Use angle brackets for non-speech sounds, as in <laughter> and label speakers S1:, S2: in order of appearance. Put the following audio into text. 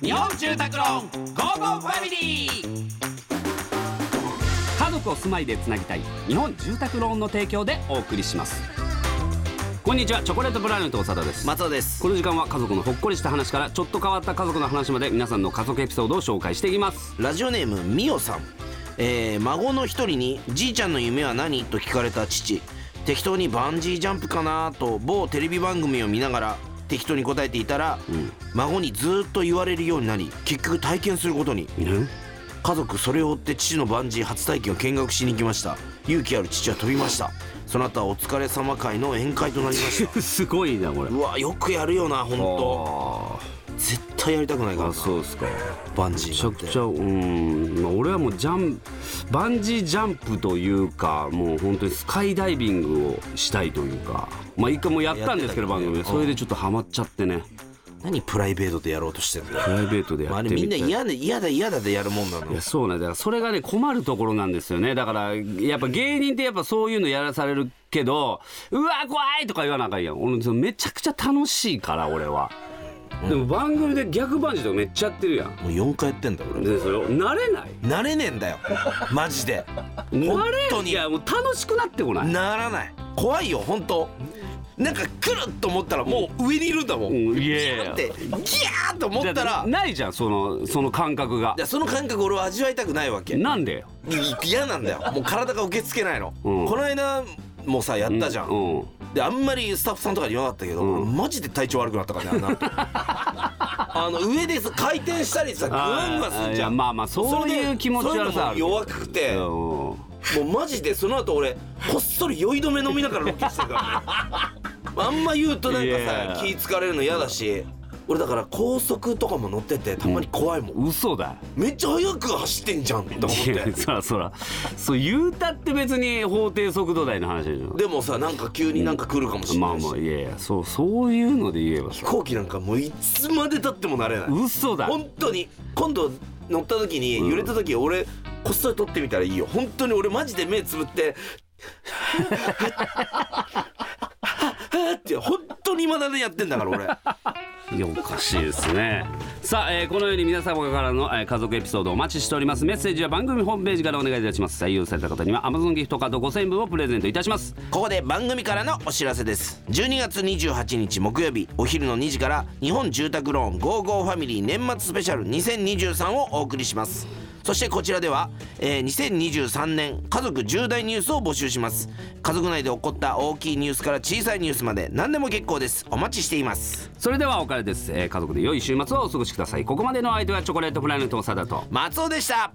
S1: 日本住宅ローンゴーゴーファミリー家族を住まいでつなぎたい日本住宅ローンの提供でお送りしますこんにちはチョコレートプラネット長田です
S2: 松尾です
S1: この時間は家族のほっこりした話からちょっと変わった家族の話まで皆さんの家族エピソードを紹介していきます
S2: ラジオネームみおさん、えー孫の一人に「じいちゃんの夢は何?」と聞かれた父適当にバンジージャンプかなと某テレビ番組を見ながら適当に答えていたら、孫にずっと言われるようになり結局体験することに家族それを追って父のバンジー初体験を見学しに行きました勇気ある父は飛びましたその後はお疲れ様会の宴会となりました
S1: <laughs> <laughs> すごいなこれ
S2: うわよくやるよな本当
S1: あ
S2: 絶対やりたくないか
S1: あ
S2: らな
S1: そうですか
S2: バンジ
S1: め
S2: ー
S1: ち
S2: な
S1: ゃ
S2: ん
S1: く
S2: て
S1: ちゃうんまあ俺はもうジャンバンジージャンプというかもう本当にスカイダイビングをしたいというかまあ一回もやったんですけど
S2: やっ
S1: 番
S2: て
S1: 組
S2: たけどね
S1: でそれでちょっとハマっちゃってね
S2: 何プライベートでやろうとしてんだよ
S1: プライベートでや
S2: まあ、
S1: っ
S2: あ
S1: て
S2: れ
S1: みたい
S2: みんな嫌だ嫌だ嫌だでやるもんなの
S1: いやそうなんだだからそれがね困るところなんですよねだからやっぱ芸人ってやっぱそういうのやらされるけどうわ怖いとか言わなあかんやん俺そのめちゃくちゃ楽しいから俺は、でも番組で逆バンジーとかめっちゃやってるやん
S2: もう4回やってんだ俺
S1: でそれ慣れない
S2: 慣れねえんだよマジで
S1: 慣れ
S2: 当に
S1: いやもう楽しくなってこない
S2: ならない怖いよ本当なんか来ると思ったらもう上にいるんだもん、
S1: うんい
S2: ギ
S1: やい
S2: ャー
S1: や
S2: ってギャーと思ったら
S1: だないじゃんそのその感覚が
S2: いやその感覚俺は味わいたくないわけ
S1: なんでよ
S2: 嫌なんだよもう体が受け付けないの、
S1: うん
S2: この間もさやったじゃん、
S1: うん
S2: であんまりスタッフさんとかに言わなかったけど、
S1: うん
S2: マジで体調悪くなったからねあの
S1: <laughs>
S2: 後あの上でさ回転したりさグワングワンすんじゃ
S1: いや
S2: ん
S1: まあまあそういう気持ち悪さあ
S2: それでそう
S1: る
S2: いうのも弱くて、
S1: うん
S2: もうマジでその後俺こっそり酔い止め飲みながらロケしてた
S1: <laughs>
S2: からねあんま言うとなんか
S1: いや
S2: さ気疲れるの嫌だし俺だから高速とかも乗っててたまに怖いもん、
S1: 嘘だ
S2: めっちゃ速く走ってんじゃんと思っ
S1: いや
S2: て
S1: そらそらそう言うたって別に法定速度台の話でしょ
S2: でもさなんか急になんか来るかもしれ
S1: ま
S2: な
S1: あ
S2: いし、
S1: まあいやいやそうそういうので言えば
S2: 飛行機なんかもういつまでたってもなれない
S1: 嘘だ
S2: 本当に今度乗った時に揺れた時俺こっそり撮ってみたらいいよ本当に俺マジで目つぶって「って本当に今だねやってんだから俺
S1: いやおかしいですねさあ、えーこのように皆様からの、えー家族エピソードをお待ちしておりますメッセージは番組ホームページからお願いいたします採用された方には Amazon ギフトカード5000円分をプレゼントいたします
S2: ここで番組からのお知らせです12月28日木曜日お昼の2時から日本住宅ローン GOGO ファミリー年末スペシャル2023をお送りしますそしてこちらでは、えー2023年家族重大ニュースを募集します家族内で起こった大きいニュースから小さいニュースまで何でも結構ですお待ちしています
S1: それではお別れです、えー家族で良い週末をお過ごしくださいここまでのお相手はチョコレートプラネットの佐田と
S2: 松尾でした